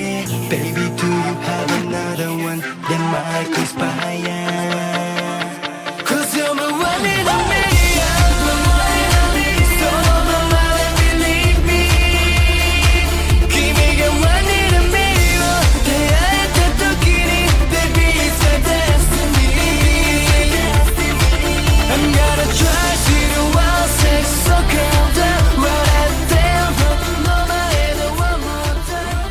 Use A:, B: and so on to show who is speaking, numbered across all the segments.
A: Baby, do you have another one that might inspire? Cause you're my one in a million. So my mama, believe me.君が one in a million 出会えた時に Baby, it's a destiny. I'm gonna try to do all sex so calm down. What I feel from the moment and the one more time.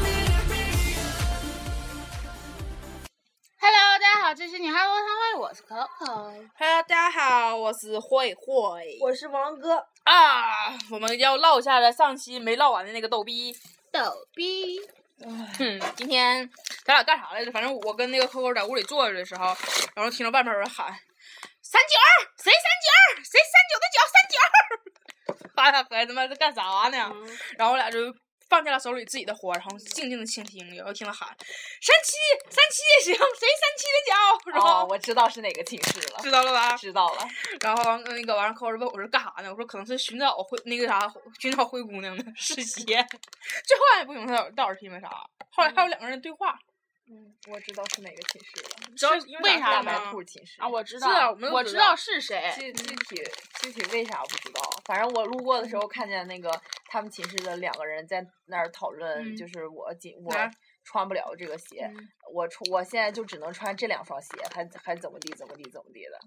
B: Hello，大家好，这是女孩我汤会，我是 Coco。
C: Hello，大家好，我是慧慧
D: 我是王哥，
C: 啊，我们要唠一下了上期没唠完的那个逗逼。
B: 逗逼，
C: 哼，今天咱俩干啥来着？反正我跟那个 Coco 在屋里坐着的时候，然后听到外面有人喊“三九二”，谁三九二？谁三九的九？三九二！发俩合计他妈在干啥呢？然后我俩就放下了手里自己的活，然后静静的倾听，然后听他喊“三七三七行，谁三七 的脚？”然后、
E: 哦，我知道是哪个寝室了，
C: 知道了吧？
E: 知道了。
C: 然后完那个完事儿，扣儿问我是干啥呢？我说可能是寻找灰那个啥，寻找灰姑娘 呢，试鞋。最后也不明白到底到底是因为啥。后来还有两个人对话，
E: 嗯，我知道是哪个寝室了，
C: 知道
B: 是
C: 因
B: 为
C: 为
B: 啥
E: 大
C: 啥
B: 吗
E: 白
C: 吗？
E: 兔寝室
B: 啊，我知
C: 是啊
B: 道，
C: 我嗯们都
B: 我
C: 知
B: 知
C: 道
B: 道是谁。
E: 具具体具体为啥不知道，反正我路过的时候看见那个他们寝室的两个人在那儿讨论，
C: 嗯
E: 就是我今我
C: 哪儿
E: 穿不了这个鞋，
C: 嗯
E: 我穿我现在就只能穿这两双鞋，还还怎么地怎么地怎么地的，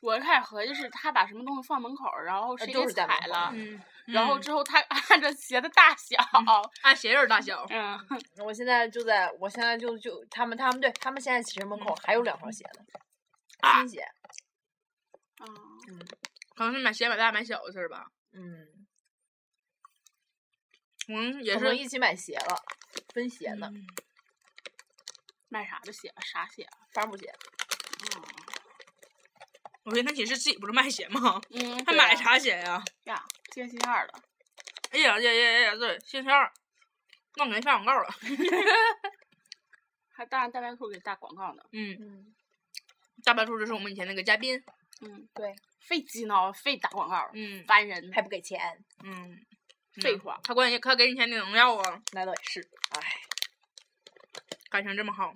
B: 我开始合计是他把什么东西放门口儿，然后谁
E: 就
B: 给
E: 是在门
B: 踩
E: 口
B: 了，
C: 嗯，
B: 然后
C: 嗯
B: 之后他 按照鞋的大小，
C: 按鞋印儿大小，
B: 嗯，
E: 我现在就在我现在就就他们他们对他们现在寝室门口还有两双鞋呢，
C: 嗯啊
E: 新鞋，
C: 可能是买鞋买大买小的事儿吧。
E: 嗯，
C: 我们也
E: 可
C: 是
E: 能一起买鞋了，分鞋呢，
C: 嗯
B: 卖啥的鞋？啥鞋？啊
E: 帆布鞋。
C: 我寻思他寝室自己不是卖鞋吗？
B: 嗯，
C: 还
B: 对
C: 买
B: 啊
C: 啥鞋呀？
B: 呀？今天星期二了，
C: 哎呀呀呀呀！对，星期二，忘给人发广 告了。
B: 还大大白兔给打广告呢。
C: 嗯，
E: 嗯，
C: 大白兔就是我们以前那个嘉宾。
B: 嗯，
E: 对，
B: 费鸡挠，费打广告，
C: 嗯
B: 烦人。
E: 还不给钱，
C: 嗯，
B: 废
C: 嗯
B: 话
C: 他关键他给你钱你能要啊？
E: 那倒也是，哎，
C: 感情这 么好，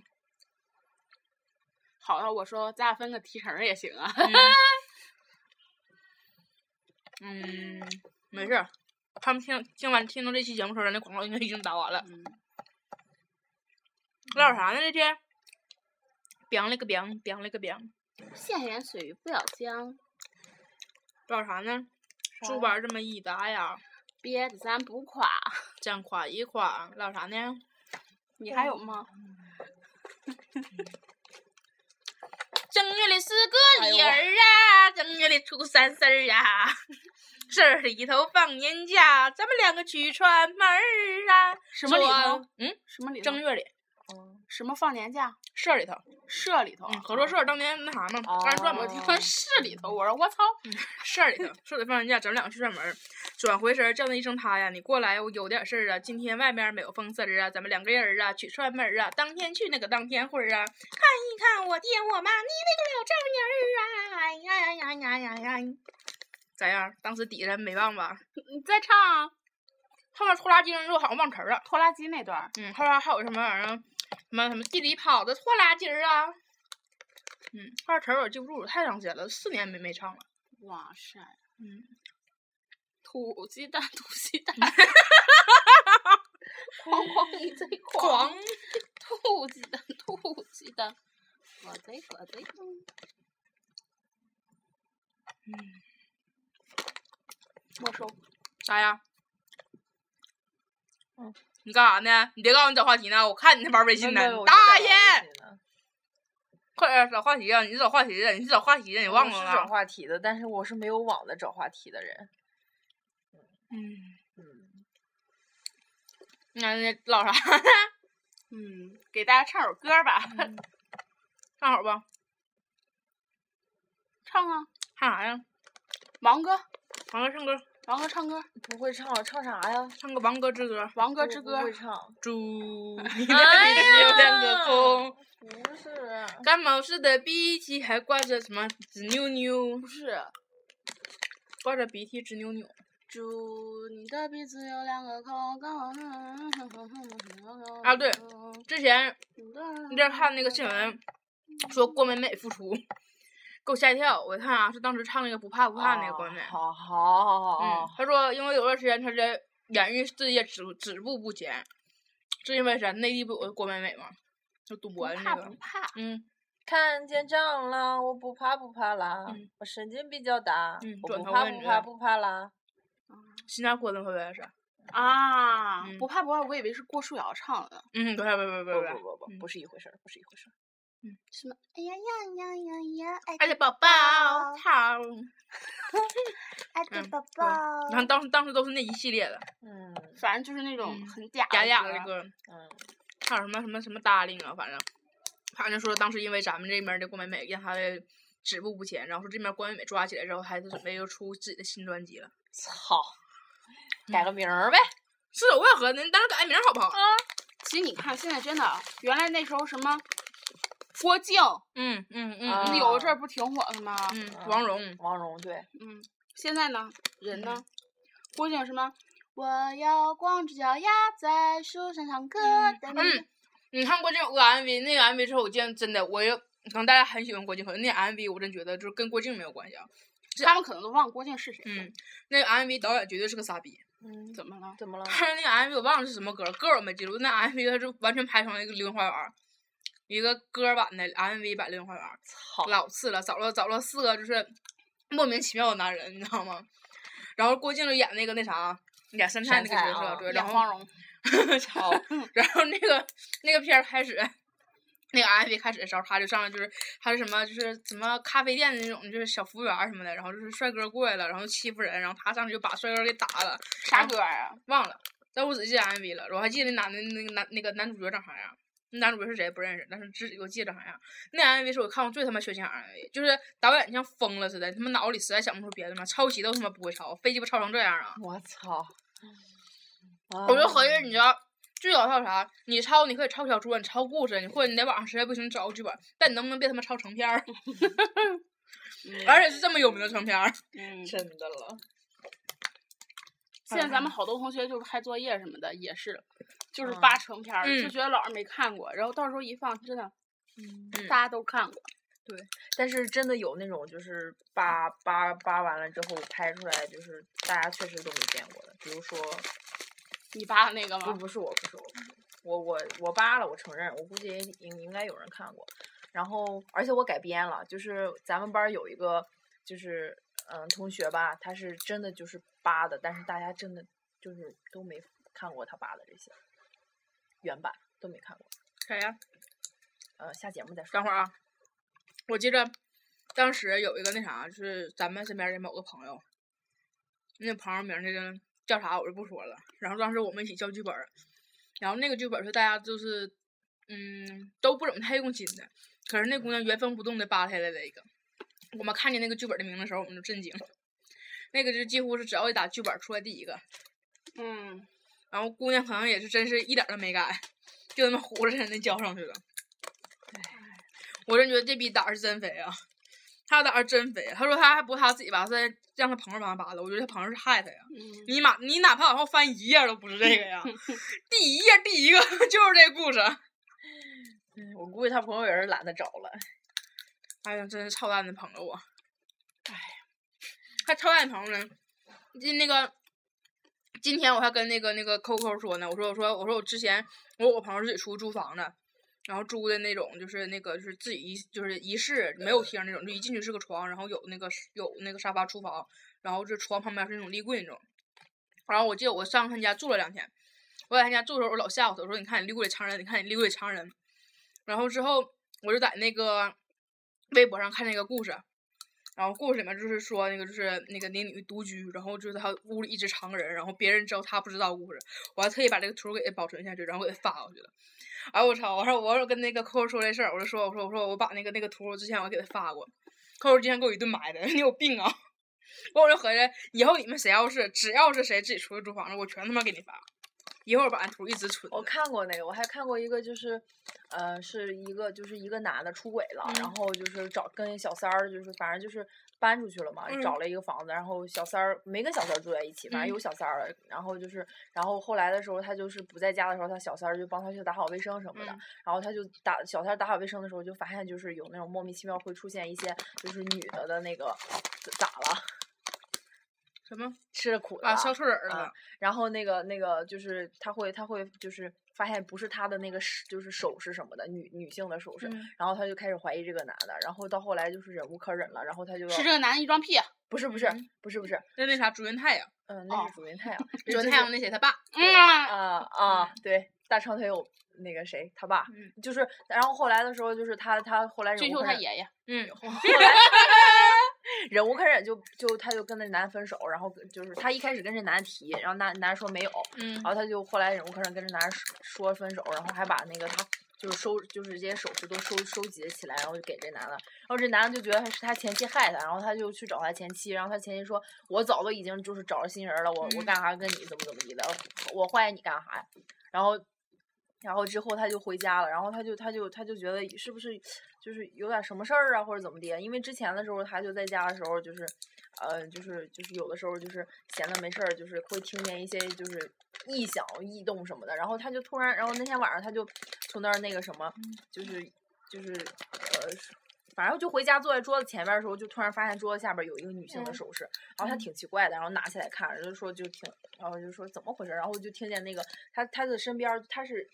B: 好到我说咱俩分个提成儿也行啊。
C: 嗯，没事儿。他们听听完听到这期节目的时候，人家广告应该已经打完了。
B: 嗯，
C: 唠啥呢？这天，凉了个凉，凉了个凉，
B: 县远水鱼不咬姜，
C: 唠啥呢？
E: 啥
C: 书
E: 呀
C: 包这么一搭呀，
B: 憋着咱不垮。
C: 这样垮一垮，唠啥呢？
B: 你还有吗？
C: 正月里是
B: 哎
C: 个里儿啊，正月里初三四儿啊，四儿里头放年假，咱们两个去串门儿啊。
B: 什么里头
C: 说？嗯，
B: 什么里头
C: 正？月里，
B: 什么放年假？
C: 社里头，
B: 社里头？啊
C: 嗯，合作社当年那啥嘛，二人转嘛
B: 我
E: 哦，
B: 听说市里头，我说我操，
C: 事儿里头，说得放人假，咱们两个去串门儿。转回身儿叫那一声他呀，你过来，我有点事儿啊。今天外面没有风丝儿啊，咱们两个人儿啊去串门儿啊。当天去那个当天会儿啊，看一看我爹我妈，你那个老丈人儿啊，哎呀呀呀呀呀呀！咋样？当时底下人没忘吧？
B: 你再唱啊
C: 后面拖拉机人说好像忘词儿了。
B: 拖拉机那段儿，
C: 嗯，后边还有什么玩意儿？什么什么地里跑的拖拉机儿啊？嗯，后边词儿我记不住了，太长时间了，四年没没唱了。
B: 哇塞，
C: 嗯，
B: 土鸡蛋，土鸡 蛋，
E: 哐哐一阵
C: 狂。
B: 土鸡蛋，土鸡蛋，我贼我贼，
C: 嗯，
B: 没收。
C: 啥呀？
E: 哦
C: 你干啥呢？你别告诉你找话题呢，我看你那玩微信呢。大爷，快点找话题啊！你是找话题的，你是找话题啊的，你
E: 你
C: 忘了
E: 是找
C: 吗？
E: 话题的，但是我是没有网的找话题的人。
C: 嗯，
E: 嗯，
C: 那那唠啥？
B: 嗯，给大家唱首歌吧，
E: 嗯
C: 唱好吧？
B: 唱啊，
C: 唱啥呀？
B: 王哥，
C: 王哥唱歌，
B: 王哥唱歌，
E: 不会唱，唱啥呀？
C: 唱个王哥之歌。
B: 王哥
E: 我
B: 之
E: 不
B: 歌，
E: 会唱，
C: 祝你的
E: 哎
C: 鼻子有两个
E: 呀
C: 空，
E: 不是，
C: 干毛似的鼻涕还挂着什么直扭扭
B: 不，是。
C: 挂着鼻涕直扭扭。
B: 祝你的鼻子有两个孔。
C: 啊对，之前
B: 你
C: 你这看那个新闻，说郭美美复出，给我吓一跳。我一看啊，是当时唱那个不怕不怕那个郭美美。
E: 啊
B: 哦
E: 好好好
C: 嗯
E: 好，，
C: 她说因为有段时间她这演艺事业止止步不前，是因为啥？内地不有个郭美美吗？就赌博的那
B: 怕
C: 个
B: 不。怕？
C: 嗯，
E: 看见蟑螂我不怕不怕啦
C: 嗯，
E: 我神经比较大
C: 嗯，
E: 我
C: 转
E: 不
C: 头
E: 怕
C: 问
E: 不
C: 你
E: 怕
C: 啊
E: 不怕啦。
C: 新加坡的会不会是？
B: 啊
C: 嗯，
B: 不怕不怕，我以为是郭书瑶唱的。
C: 嗯，不是不是不
E: 不
C: 是不
E: 不
C: 是。
E: 不不，
C: 嗯
E: 不是一回事儿，不是一回事儿。
B: 什么？哎呀呀呀呀呀！
C: 而且宝宝
B: 宝
C: 操！
B: 爱
C: 的嗯
B: 宝
C: 你看当时当时都是那一系列的
E: 嗯
B: 反正就是那种
C: 嗯
B: 很嗲
C: 假假的
B: 歌
C: 歌，
E: 嗯，
C: 还有什么什么什么 darling 啊，反正反正说当时因为咱们这边儿的郭美美让她的止步不前，然后说这边儿郭美美抓起来之后，还是准备又出自己的新专辑了。
E: 操，改个名儿呗。
C: 是无可和您当时改名儿好不好？
B: 其实你看，现在真的，原来那时候什么郭靖，
C: 嗯嗯嗯
E: 啊
B: 那有一阵儿不挺火的吗？
C: 嗯，王蓉，
E: 王蓉对，
B: 嗯，现在呢，人呢，郭靖什么？我要光着脚丫在树上唱歌。等等
C: 嗯，你看过这个 MV 那个 MV 之后，我见真的我也可能大家很喜欢郭靖，可是那 MV 我真觉得就是跟郭靖没有关系啊。
B: 他们可能都忘了郭靖是谁了。
C: 嗯，那个 MV 导演绝对是个傻逼。
E: 嗯，
B: 怎么了？
E: 怎么了？
C: 但是那个 MV 我忘了是什么歌，歌我没记住。那 MV 它就完全拍成了一个《流花园》，一个歌版的 MV 版《流花园》，
E: 操，
C: 老次了，找了找了四个就是莫名其妙的男人，你知道吗？然后郭靖就演那个那啥，演杉菜那
E: 杉
C: 个
E: 菜
C: 角色，
E: 啊
C: 对，然
B: 演
C: 后
B: 光荣，
E: 操，
C: 然后那个那个片儿开始，那个 MV 开始的时候，他就上来就是他是什么就是什么咖啡店的那种就是小服务员儿什么的，然后就是帅哥过来了，然后欺负人，然后他上去就把帅哥给打了，
B: 啥歌啊？
C: 忘了，但我只记得 MV 了，我还记得那男的那个男那个男主角长啥样。那男主角是谁不认识，但是只我记得长啥样。那 MV 是我看过最他妈血腥 MV，就是导演像疯了似的，他妈脑里实在想不出别的嘛，抄袭都他妈不会抄，飞鸡巴抄成这样啊！
E: 我操！
C: 我
E: 我
C: 就
B: 哦
C: 合计，你知道最搞笑啥？你抄你可以抄小说，你抄故事，你或者你在网上实在不行你找个剧本，但你能不能别他妈抄成片儿？ 而且是这么有名的成片儿。
B: 嗯，
E: 真的了，
B: 现在咱们好多同学就是拍作业什么的也是，就是
E: 嗯
B: 扒成片儿，就
C: 嗯
B: 觉得老是没看过，然后到时候一放，真的
E: 嗯，
C: 嗯
B: 大家都看过。
E: 但是真的有那种就是扒扒扒完了之后拍出来，就是大家确实都没见过的，比如说，
B: 你扒的那个
E: 不
B: 吗？
E: 不是我，不是我，不是我我我扒了，我承认，我估计也应应该有人看过，然后而且我改编了，就是咱们班儿有一个就是嗯同学吧，他是真的就是扒的，但是大家真的就是都没看过他扒的这些原版都没看过，
C: 谁呀、
E: 呃，下节目再说。
C: 等会儿啊，我记着当时有一个那啥，就是咱们身边的某个朋友，那朋友名儿那个叫啥我就不说了。然后当时我们一起交剧本儿，然后那个剧本儿是大家就是嗯都不怎么太用心的，可是那姑娘原封不动的扒下来了一个。我们看见那个剧本儿的名字的时候，我们就震惊了。那个就几乎是只要一打剧本儿出来第一个，
B: 嗯，
C: 然后姑娘可能也是真是一点儿都没改，就那么糊着那交上去了。我真觉得这逼胆儿是真肥啊！他胆儿真肥啊，他说他还不是他自己扒，是让他朋友帮他扒的。我觉得他朋友是害他呀！
B: 嗯
C: 你妈，你哪怕往后翻一页儿都不是这个呀！第一页儿第一个 就是这故事。
E: 嗯，我估计他朋友也是懒得找了。
C: 哎呀，真是操蛋的朋友啊！哎，还操蛋的朋友呢？就那个，今天我还跟那个那个 Coco 说呢，我说我说我说我之前我有个朋友自己出租房子，然后租的那种就是那个就是自己一就是一室没有厅那种，就一进去是个床，然后有那个有那个沙发厨房，然后这床旁边是那种立柜那种。然后我记得我上他家住了两天，我在他家住的时候，我老吓唬他，我说你看你立柜里藏人，你看你立柜里藏人。然后之后我就在那个微博上看那个故事，然后故事里面就是说那个就是那个那女独居，然后就是她屋里一直藏个人，然后别人知道她不知道故事，我还特意把这个图给它保存下去，然后给它发过去了。哎我操！我说我说跟那个扣扣说这事儿，我就说我说我说我把那个那个图之前我给他发过，扣扣之前给我一顿埋汰， 你有病啊！我就合计以后你们谁要是只要是谁自己出去租房子，我全他妈给你发。一会儿把那图一直存着。
E: 我看过那个，我还看过一个，就是呃，是一个就是一个男的出轨了，然后就是找跟小三儿，就是反正就是搬出去了嘛，
C: 嗯
E: 找了一个房子，然后小三儿没跟小三儿住在一起，反正有
C: 嗯
E: 小三儿了，然后就是，然后后来的时候他就是不在家的时候，他小三儿就帮他去打扫卫生什么的，
C: 嗯
E: 然后他就打小三儿打扫卫生的时候就发现就是有那种莫名其妙会出现一些就是女的的那个呃咋了
C: 什么
E: 吃了苦的
C: 啊？
E: 了
C: 消臭人儿
E: 嗯
C: 了，
E: 然后那个那个就是他会他会就是发现不是他的那个是就是首饰什么的女女性的首饰，
C: 嗯
E: 然后他就开始怀疑这个男的，然后到后来就是忍无可忍了，然后他就要
B: 是这个男的一装屁，啊
E: 不是不是
C: 嗯
E: 不是不是，
C: 那那啥朱元太阳，
E: 嗯，那
B: 哦
E: 是主云太阳，
C: 朱
E: 就
C: 元
E: 是
C: 太阳那谁他爸，
B: 嗯，
E: 啊啊对，大长腿有那个谁他爸，
C: 嗯
E: 就是然后后来的时候就是他他后来忍
B: 追
E: 无
B: 求
E: 可
B: 他
E: 忍，
B: 爷爷，
C: 嗯，
E: 后来忍无可忍就就他就跟那男的分手，然后跟就是他一开始跟这男的提，然后男男的说没有，
C: 嗯
E: 然，后他就后来忍无可忍，跟这男人说说分手，然后还把那个他就是收就是这些首饰都收收集起来，然后就给这男的，然后这男的就觉得是他前妻害他，然后他就去找他前妻，然后他前妻说我早都已经就是找着新人了，我我
C: 嗯
E: 干啥跟你怎么怎么地的，我坏你干啥呀？然后。然后之后他就回家了，然后他就他就他就觉得是不是就是有点什么事儿啊，或者怎么的？因为之前的时候他就在家的时候，就是呃，就是就是有的时候就是闲的没事儿，就是会听见一些就是异响、异动什么的。然后他就突然，然后那天晚上他就从那儿那个什么，就是就是呃，反正就回家坐在桌子前面的时候，就突然发现桌子下边儿有一个女性的
C: 嗯
E: 首饰，然后他挺奇怪的，然后拿起来看，然后就说就挺，然后就说怎么回事儿？然后就听见那个他他的身边儿他是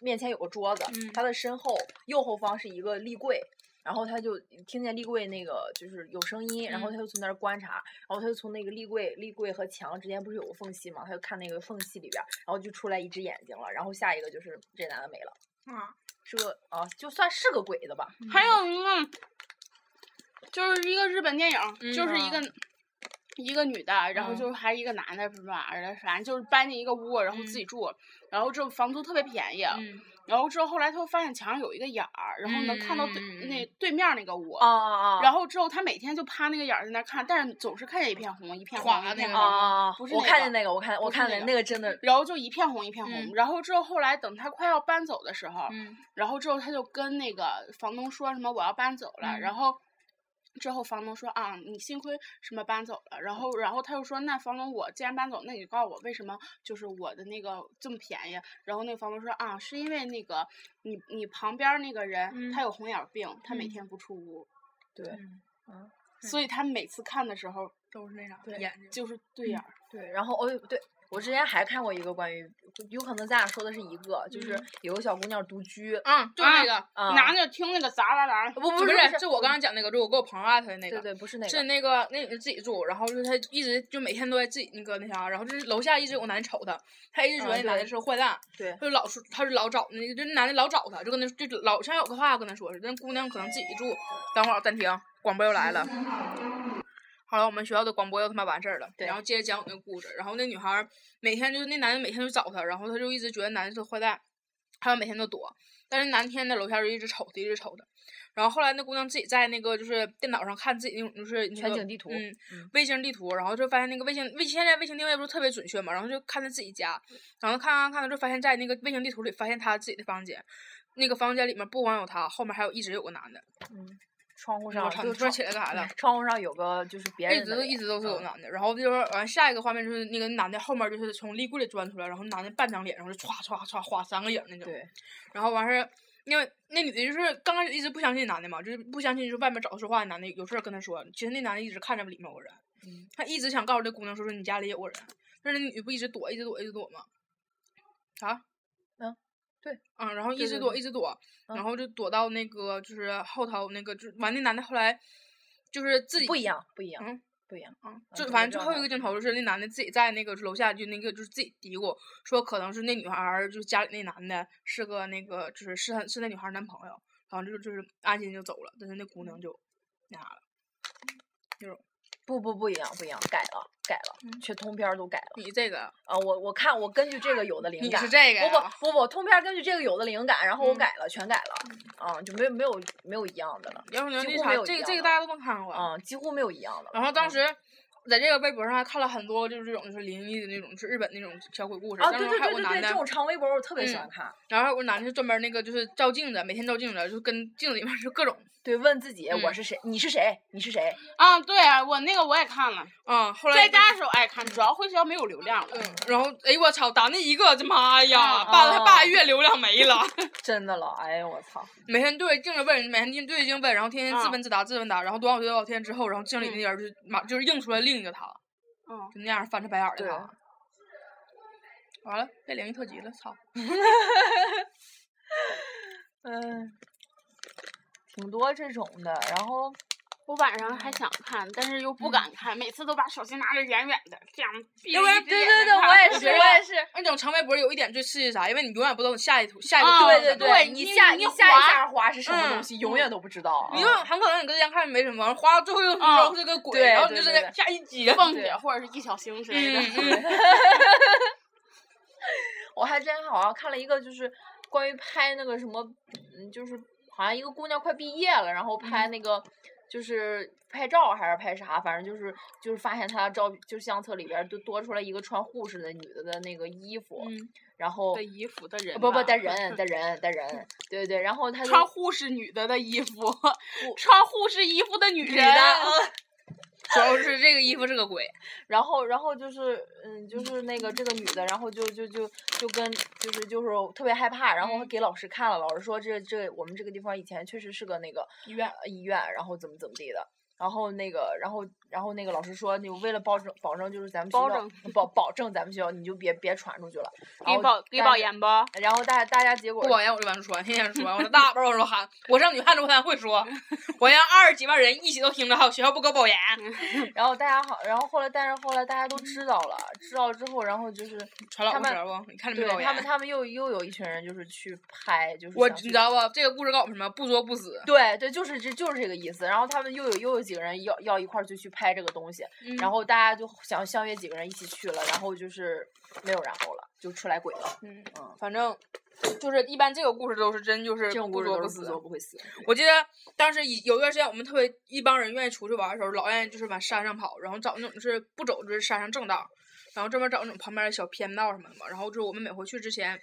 E: 面前有个桌子，
C: 嗯
E: 他的身后右后方是一个立柜。然后他就听见立柜那个就是有声音，然后
C: 嗯
E: 他就从那儿观察，然后他就从那个立柜、立柜和墙之间不是有个缝隙嘛，他就看那个缝隙里边儿，然后就出来一只眼睛了，然后下一个就是这男的没了，
C: 啊，
E: 是个啊，就算是个鬼的吧，
B: 还有一个就是一个日本电影，
C: 嗯
B: 就是一
E: 啊
B: 个。一个女的，然后
C: 嗯
B: 就是还是一个男的，什么玩意儿的，反正就是搬进一个屋，然后自己住，然后这房租特别便宜，
C: 嗯，
B: 然后之后后来他又发现墙上有一个眼儿，然后能看到对、
C: 嗯嗯嗯
B: 那对面那个屋，
C: 哦
E: 啊啊啊，
B: 然
E: 后
B: 后之后他每天就趴那个眼儿在那看，但是总是看见一片红一片红
C: 垮
B: 一
C: 那
B: 片
C: 个哦
B: 红
E: 啊啊啊
B: 不，是
E: 我
B: 那
E: 看
B: 个
E: 见那个，我看我
B: 不是
E: 看
B: 那
E: 见
B: 个
E: 那个真的，
B: 然后就一片红一片红，
C: 嗯
B: 然后之后后来等他快要搬走的时候，
C: 嗯，
B: 然后之后他就跟那个房东说什么我要搬走了，
C: 嗯
B: 然后之后房东说啊你幸亏什么搬走了，然后然后他又说那房东我既然搬走，那你告诉我为什么就是我的那个这么便宜？然后那个房东说啊是因为那个你你旁边儿那个人、
C: 嗯
B: 他有红眼儿病，他每
C: 嗯
B: 天不出屋，
E: 对
B: 所以他每次看的时候
C: 都是那啥
E: 对
C: 眼睛，
B: 就是对眼儿，
E: 对，然后哦对。我之前还看过一个关于，有可能咱俩说的是一个，就是
C: 嗯
E: 有个小姑娘独居，
C: 嗯，就是那个，
E: 啊，
B: 拿着听那个杂啦啦，
E: 不不
C: 不
E: 是
C: 是，就我刚刚讲那个，就我跟我朋友艾特的那
E: 对
C: 个。
E: 对，不是那
C: 是
E: 个，
C: 那个那个自己住，然后就是他一直就每天都在自己那个那啥，然后就是楼下一直有个男的瞅他，他一直觉得
E: 嗯
C: 那男的
E: 对
C: 是个坏蛋，
E: 对
C: 他就老说他就老找那个，就那男的老找他，就跟他就老像有个话跟他说似的，那姑娘可能自己住。等会儿暂停，广播又来了。好了，我们学校的广播又他妈完事儿了，
E: 对
C: 然后接着讲我那个故事。然后那女孩儿每天就是那男的每天就找她，然后她就一直觉得男的是个坏蛋，她就每天都躲。但是男天在楼下就一直瞅她，一直瞅她。然后后来那姑娘自己在那个就是电脑上看自己那种就是那个
E: 全景地图
C: 嗯
E: 嗯，
C: 卫星地图，然后就发现那个卫星卫现在卫星定位不是特别准确嘛，然后就看她自己家，然后看看看，就发现在那个卫星地图里发现她自己的房间，那个房间里面不光有她，后面还有一直有个男的。
E: 窗户
C: 我
E: 上
C: 操，
E: 就
C: 你突然
E: 窗
C: 起来干啥了？
E: 窗户上有个就是别
C: 一
E: 人
C: 直
E: 的
C: 都
E: 脸
C: 一直都是有
E: 嗯
C: 男的，然后就是完下一个画面就是那个男的后面就是从立柜里钻出来，然后男的半张脸，然后就歘歘歘划三个影儿那种。
E: 对，
C: 然后完事儿，因为那女的就是刚开始一直不相信男的嘛，就是不相信，就是外面找她说话的男的有事儿跟她说。其实那男的一直看着里面有个人，
E: 嗯
C: 他一直想告诉这姑娘说说你家里有个人，但是那女不一直躲，一直躲，一直躲吗？啊？
E: 嗯，对。
C: 嗯，然后一
E: 对
C: 直
E: 对
C: 躲，
E: 对
C: 一直躲，然
E: 嗯
C: 后就躲到那个就是后头那个，就完那男的后来就是自己
E: 不一样，不一样，
C: 嗯
E: 不一样，
C: 嗯，
E: 嗯
C: 就
E: 这
C: 反正
E: 个
C: 最
E: 状
C: 后一
E: 态
C: 个镜头就是那男的自己在那个楼下就那个就是自己嘀咕说可能是那女孩儿就是家里那男的是个那个就是是他是那女孩儿男朋友，然后就就是安心就走了，但是那姑
E: 嗯
C: 娘就那啥了。
E: 不不不一样，不一样，改了，改
C: 嗯
E: 了，全通篇儿都改了
C: 你这个
E: 啊！我我看我根据这个有的灵
C: 你
E: 感，
C: 是这个
E: 不
C: 呀？
E: 不不不，通篇儿根据这个有的灵感，然后我
C: 嗯
E: 改了，全改了，啊，就没有没有没有一样的了，
C: 要不然
E: 几
C: 那
E: 乎
C: 啥
E: 没有
C: 这
E: 一
C: 个这个
E: 样的
C: 大家都能看过。
E: 啊，几乎没有一样的了。
C: 然后当
E: 嗯
C: 时在这个微博上还看了很多，就是这种就是灵异的那种，就是日本那种小鬼故事。
E: 啊，
C: 当
E: 对
C: 中
E: 对
C: 还
E: 对
C: 有个
E: 对
C: 男
E: 对，
C: 的
E: 这，种长微博我特别喜
C: 嗯
E: 欢看。
C: 然后还有个男的是专门那个就是照镜子，每天照镜子，就跟镜子里面就各种
E: 对，问自己我
C: 嗯
E: 是谁？你是谁？你是谁？
B: 啊，对啊，我那个我也看了，
C: 啊、后来
B: 在
C: 就
B: 家的时候爱看，主要回学校没有流量了。
C: 嗯，然后哎呦我操，打那一个，这妈呀，
B: 啊
C: 爸他
E: 啊
C: 爸月流量没了，
E: 真的了，哎呦我操！
C: 每天对着镜子问，每天对着镜子问，然后天天自
B: 啊
C: 问自答自问答，然后多少多少天之后，然后经理那边就是马就是映出来另一个他，
B: 嗯，
C: 就那样翻着白眼儿的
E: 对
C: 他。完了，被灵异特辑了，操！
E: 嗯，挺多这种的。然后
B: 我晚上
C: 嗯
B: 还想看，但是又不敢看，每次都把手机拿得远远的，这样闭着
C: 要不然
B: 一只
C: 对
B: 眼
C: 对
B: 睛看
C: 也是我也
E: 是。
C: 那种长微博有一点最刺激啥，因为你永远不知道你下一图下一个图
B: 啊
E: 对
C: 是
E: 对
C: 什么
B: 对
E: 你
B: 你
E: 下
B: 你
E: 你下一
B: 滑
E: 下滑是什么东
C: 嗯
E: 西，永远都不知道。
C: 你
E: 嗯
C: 就很可能你跟人家看没什么，花到最后又
B: 啊
C: 绕是个鬼，
E: 对
C: 然后
E: 对
C: 你就在
E: 对
C: 那
E: 对
C: 下一集。
B: 凤
E: 对
B: 姐或者是易小星之类的。
C: 嗯嗯，
E: 我还之前好像看了一个，就是关于拍那个什么，嗯，就是好像一个姑娘快毕业了，然后拍
B: 嗯
E: 那个、就是拍照还是拍啥，反正就是就是发现她照就是相册里边儿就多出来一个穿护士的女的的那个衣服，
C: 嗯
E: 然后
B: 的衣服的人
E: 不不
B: 吧
E: 的人的人的人，对对，然后她就
B: 穿护士女的的衣服，穿护士衣服的女
E: 女
B: 人，
E: 的，嗯
C: 主要是这个衣服是个鬼，
E: 然后，然后就是，嗯，就是那个这个女的，然后就就就就跟就是就是特别害怕，然后
C: 嗯
E: 给老师看了，老师说这这我们这个地方以前确实是个那个医院医院，然后怎么怎么地的，然后那个然后然后那个老师说，就为了保证保证就是咱们学
B: 保
E: 校
B: 证
E: 保保证咱们学校你就别别传出去了，然
B: 给
E: 后
B: 保给
E: 大
B: 保
E: 家，
B: 研吧。
E: 然后大家大家结果
C: 不保研我就往出说，天天说，我那 大包我说喊，我让女汉子我才会说，我让二十几万人一起都听着，好，学校不给我保研，
E: 嗯然后大家好，然后后来但是后来大家都知道了，知道之后，然后就是
C: 传老
E: 他
C: 公
E: 们
C: 折不？你看着没
E: 对
C: 保研？
E: 他们他们又又有一群人就是去拍，就是
C: 我
E: 想
C: 你
E: 去
C: 知道不？这个故事告诉我们什么？不说不死。
E: 对对，就是这就是这个意思。然后他们又有又有几个人要要一块儿就去拍这个东西，然
C: 后
E: 后大家就想相约几个人一起去了，然后就是没有然后了，就出来鬼了。
C: 嗯，
E: 嗯，
C: 反正就是一般这个故事都是真就是
E: 这种
C: 不
E: 故事
C: 说
E: 都
C: 不
E: 是
C: 死
E: 不。作不会死。
C: 我记得当时以有一段时间，我们特别一帮人愿意出去玩的时候，老愿意就是往山上跑，然后找那种就是不走就是山上正道，然后专门找那种旁边的小偏道什么的嘛。然后就是我们每回去之前，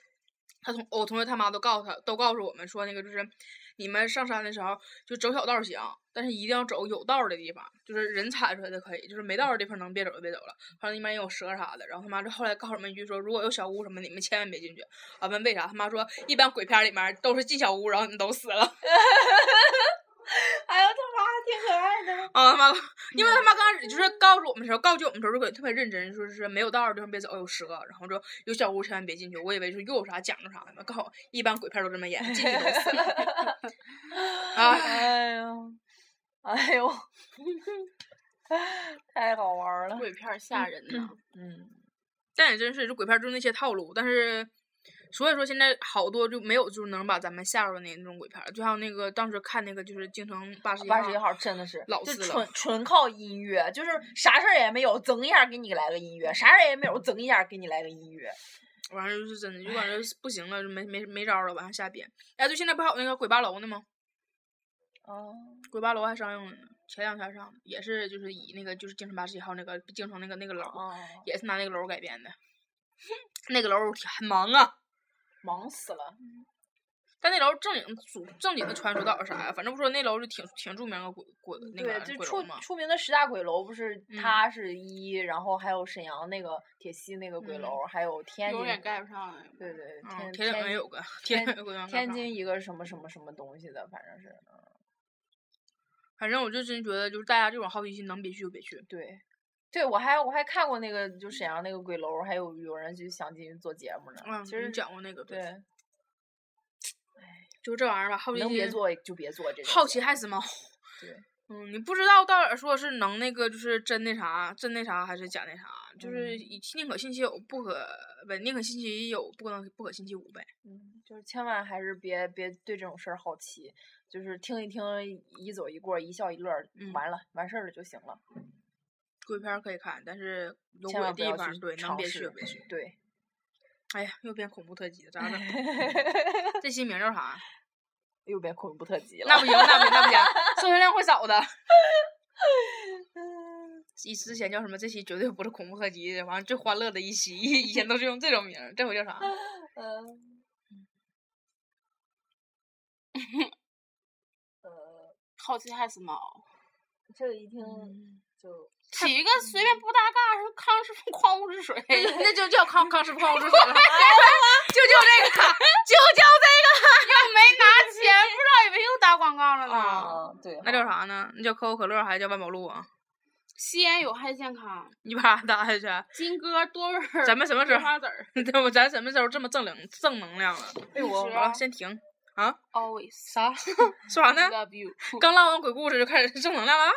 C: 他同我同学他妈都告诉他，都告诉我们说那个就是你们上山的时候就走小道儿行，但是一定要走有道儿的地方，就是人踩出来的可以，就是没道儿的地方能别走就别走了。反正一般也有蛇啥的。然后他妈就后来告诉我们一句说，如果有小屋什么，你们千万别进去。啊，问为啥？他妈说一般鬼片儿里面都是进小屋，然后你们都死了。
E: 哎呦他妈的，挺可爱的。
C: 啊，他妈，因为他妈刚开始就是告诉我们的时候，告诫我们的时候，就给特别认真，说是没有道儿的地方别走，有蛇，然后说有小屋千万别进去。我以为是又有啥讲究啥的，告诉我一般鬼片都这么演，进去都死了。 啊，
E: 哎呦，哎呦， 太好玩儿了。
B: 鬼片儿吓人呢，
E: 嗯，
C: 但也真是，这鬼片就是那些套路，但是。所以说现在好多就没有就是能把咱们吓着的那那种鬼片儿，就像那个当时看那个就是京城八十一
E: 八十一号真的是
C: 老
E: 就
C: 四了
E: 纯纯靠音乐，就是啥事儿也没有，整一下给你来个音乐；啥事儿也没有，整一下给你来个音乐。
C: 完了就是真的就感觉是不行了，就没没没招儿了，往下瞎编。哎，对，现在不还有那个鬼八楼呢吗？
E: 哦。
C: 鬼八楼还上映了呢，前两天上的，也是就是以那个就是京城八十一号那个京城那个那个楼，
E: 哦，
C: 也是拿那个楼改编的。 那个楼很忙啊，
E: 忙死了。
C: 但那楼正经主正经的传说到底啥呀？反正不说那楼就挺挺著名的鬼鬼那个
E: 嗯对，就
C: 鬼
E: 出
C: 楼嘛。
E: 出名的十大鬼楼不是
C: 嗯
E: 它是一，然后还有沈阳那个铁西那个鬼
C: 嗯
E: 楼，还有天津
B: 永，远盖不上来。
E: 对对，
C: 嗯，铁
E: 天
C: 岭也有个铁岭有个
E: 天
C: 阳
E: 天
C: 岗
E: 津一个什么什么什么东西的，反正是
C: 反正我就真觉得就是大家这种好奇心能别去就别去。
E: 对。对，我还我还看过那个，就沈阳那个鬼楼，还有有人就想进去做节目呢。
C: 嗯，
E: 其
C: 你
E: 实
C: 讲过那个，
E: 对，
C: 就这玩意儿吧，好奇
E: 能别
C: 心
E: 做就别做这种。
C: 好奇害死猫。
E: 对，
C: 嗯，你不知道到底说是能那个，就是真那啥，真那啥还是假那啥，就是
E: 嗯
C: 以宁可信其有，不可不，宁可信其有，不能不可信其无呗。
E: 嗯，就是千万还是别别对这种事儿好奇，就是听一听，一走一过儿，一笑一乐儿，
C: 嗯
E: 完了完事儿了就行了。
C: 鬼片儿可以看，但是有
E: 千
C: 鬼
E: 万
C: 的
E: 不要
C: 地方，
E: 去
C: 对，能
E: 尝
C: 别去
E: 试
C: 就别去。
E: 对。
C: 哎呀，又变恐怖特辑了，咋整？ 这期名叫啥？
E: 又变恐怖特辑了。
C: 那不行，那不行，那不行，搜寻量会少的。以之前叫什么？这期绝对不是恐怖特辑，完了最欢乐的一期，以前都是用这种名儿，这回叫 啥？
E: 嗯，呃，
B: 好奇害死
C: 嗯
B: 猫，
E: 这个一听就
B: 起一个随便不搭嘎，什么康师傅矿物质水，
C: 哎那就叫康康师傅矿物水了，就叫这个， 就 叫
B: 又没拿钱，不知道以为又打广告了呢。
C: 啊
E: 啊，对，
C: 这个。那叫啥呢？那叫可口可乐还是叫万宝路啊？
B: 吸烟有害健康，
C: 你把它打下去，
B: 金戈多味儿，
C: 咱们什么时候
B: 葵花籽儿
C: 对不？咱什么时候这么正能正能量了？
E: 哎我
B: 是
C: 啊，
B: 啊
C: 先停，
B: ，always
C: 啥？说啥呢？
B: 啊 love you。
C: 刚唠完鬼故事就开始正能量了？啊